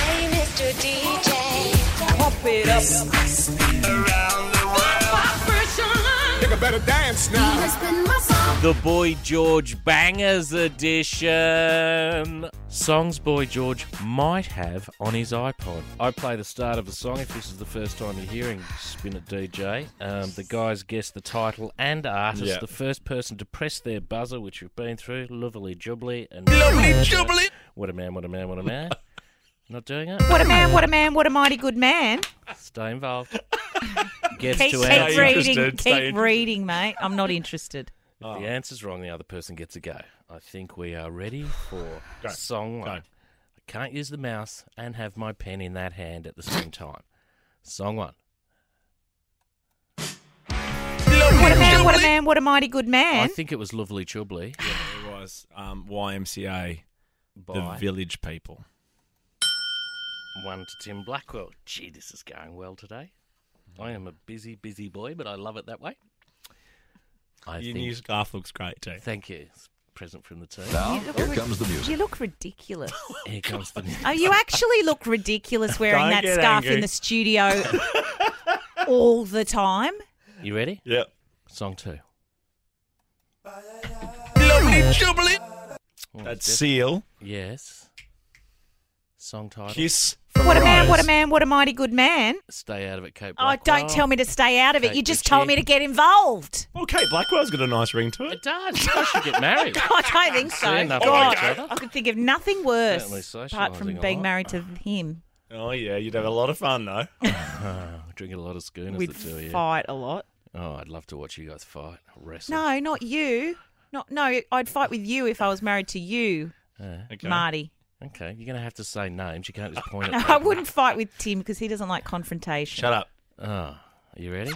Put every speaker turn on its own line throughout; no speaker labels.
Mr. DJ.
Pump it up.
Nigga better dance now.
The Boy George Bangers Edition. Songs Boy George might have on his iPod. I play the start of a song if this is the first time you're hearing Spin a DJ. Um, the guys guess the title and artist.
Yeah.
The first person to press their buzzer, which we've been through, lovely jubbly and What a man! What a man! What a man! Not doing it.
What a man, what a man, what a mighty good man.
Stay involved. Gets
Keep,
to
keep
answer.
reading,
interested, stay
keep reading, mate. I'm not interested.
If
Ah.
the answer's wrong, the other person gets a go. I think we are ready for song one. I can't use the mouse and have my pen in that hand at the same time. Song one.
What a man, what a man, what a mighty good
I
man.
think it was Lovely Chubbly.
It was um, YMCA, the
by
Village People.
one to Tim Blackwell. Gee, this is going well today. I am a busy, busy boy, but I love it that way. I
Your
think.
new scarf looks great too.
Thank you. It's a present from the team.
oh,
You look ri- You look ridiculous.
Here comes the
Oh, you actually look ridiculous wearing
Don't
that
get
scarf
angry.
in the studio all the time.
You ready?
Yep.
Song two. Oh,
That's
def-
Seal.
Yes. Song title.
Kiss.
What a man, what a man, what a mighty good man.
Stay out of it, Kate.
Oh,
Blackwell.
don't tell me to stay out of it.
Kate
You just
Ritchie.
told me to get involved.
Well, Kate Blackwell's got a nice ring to
It
it.
does. I should get married.
I don't think so.
They're nothing
God,
like each other.
I could think of nothing worse
Certainly socialising
apart from
a
being
lot.
married to him.
Oh yeah, you'd have a lot of fun though.
Drinking a lot of schooners,
We'd
the two of you.
fight a lot.
Oh, I'd love to watch you guys fight, wrestle.
No, not you. Not no. I'd fight with you if I was married to you,
Okay.
Marty.
Okay, you're gonna have to say names. You can't just point at.
No, I
people.
wouldn't fight with Tim because he doesn't like confrontation.
Shut up.
Oh, are you ready?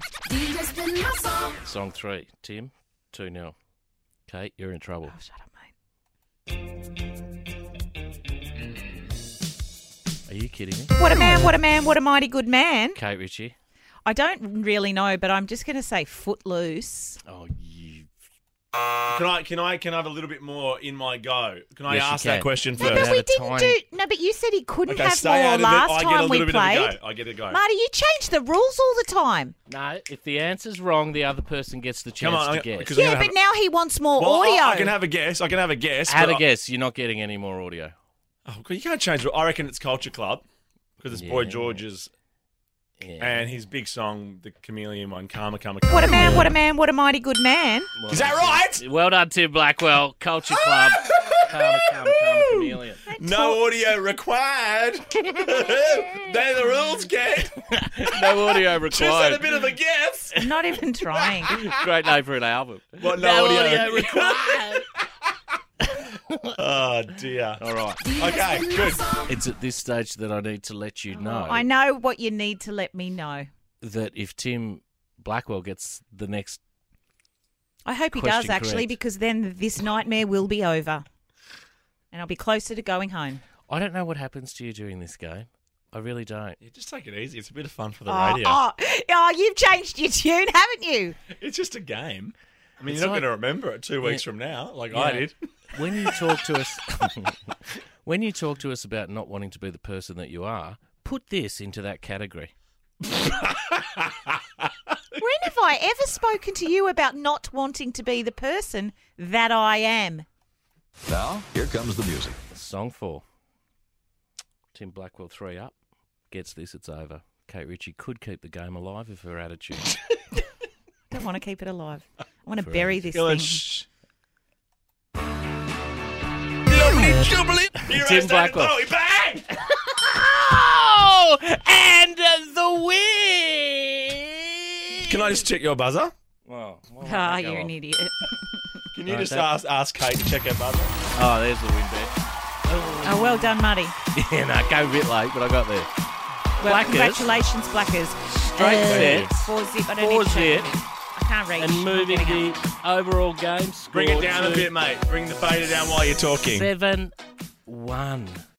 Song three. Tim, two 0 Kate, you're in trouble.
Oh, shut up, mate.
Are you kidding me?
What a man! What a man! What a mighty good man!
Kate Ritchie.
I don't really know, but I'm just going to say footloose.
Oh, you.
Can I can I can I have a little bit more in my go? Can I
Yes, you
ask
can.
that question
No,
first?
but we- had a tiny-
No, but you said he couldn't
okay,
have
stay out
more
of
last
it. I get a
time we
little bit
played.
of a go. I get a go.
Marty, you change the rules all the time.
No, if the answer's wrong, the other person gets the chance
Come on,
to
I-
guess.
'cause I'm
Yeah,
gonna
but
have-
now he wants more
well, I-
audio.
I, can have a guess. I can have a guess.
Had
but
a guess. You're not getting any more audio.
I, oh, you can't change. it. I reckon it's Culture Club because it's Boy
Yeah.
George's
Yeah.
and his big song, the Chameleon one, Karma Karma. Karma.
what a man, what a man, what a mighty good man.
Well
Is
done,
that right?
Tim. Well done, Tim Blackwell. Culture Club. Karma, karma, karma, chameleon.
No audio required. They're the rules, Kate.
No audio
Just had a
required.
bit of a guess.
I'm not even trying.
Great name for an album.
What,
no
no
audio,
audio?
required.
Oh dear.
All right.
Okay, good.
It's at this stage that I need to let
Oh,
you know
I know what you need to let me know.
that if Tim Blackwell gets the next,
I hope he
Question
does actually,
correct.
because then this nightmare will be over, and I'll be closer to going home.
I don't know what happens to you during this game. I really don't.
Yeah, just take it easy. It's a bit of fun for the
Oh,
radio.
oh, oh, you've changed your tune, haven't you?
It's just a game. I mean,
It's
you're not
like-
going to remember it two weeks
Yeah.
from now, like
You
I
know,
did.
When you talk to us, when you talk to us about not wanting to be the person that you are, put this into that category.
When have I ever spoken to you about not wanting to be the person that I am?
Now, here comes the music.
Song four. Tim Blackwell three up. Gets this, it's over. Kate Ritchie could keep the game alive if her attitude.
Don't want to keep it alive. I want to bury this
Go on,
thing.
shh. Heroes don't
Blackwell.
know. Bang!
Oh, and uh, the win.
Can I just check your buzzer?
Well, why would
Ah,
that go
you're an
off?
idiot.
Can you
No,
just
don't.
ask, ask Kate to check her buzzer?
Oh, there's the win bet.
Oh, well done, Marty.
yeah, no, go a bit late, but I got there.
Well,
Blackers.
congratulations, Blackers.
Straight sets.
Four zip. I don't
Four
need to check
zip.
them. I can't reach.
And moving the overall game score
Bring it down
to
a bit, mate. Bring the fader down while you're talking.
Seven one.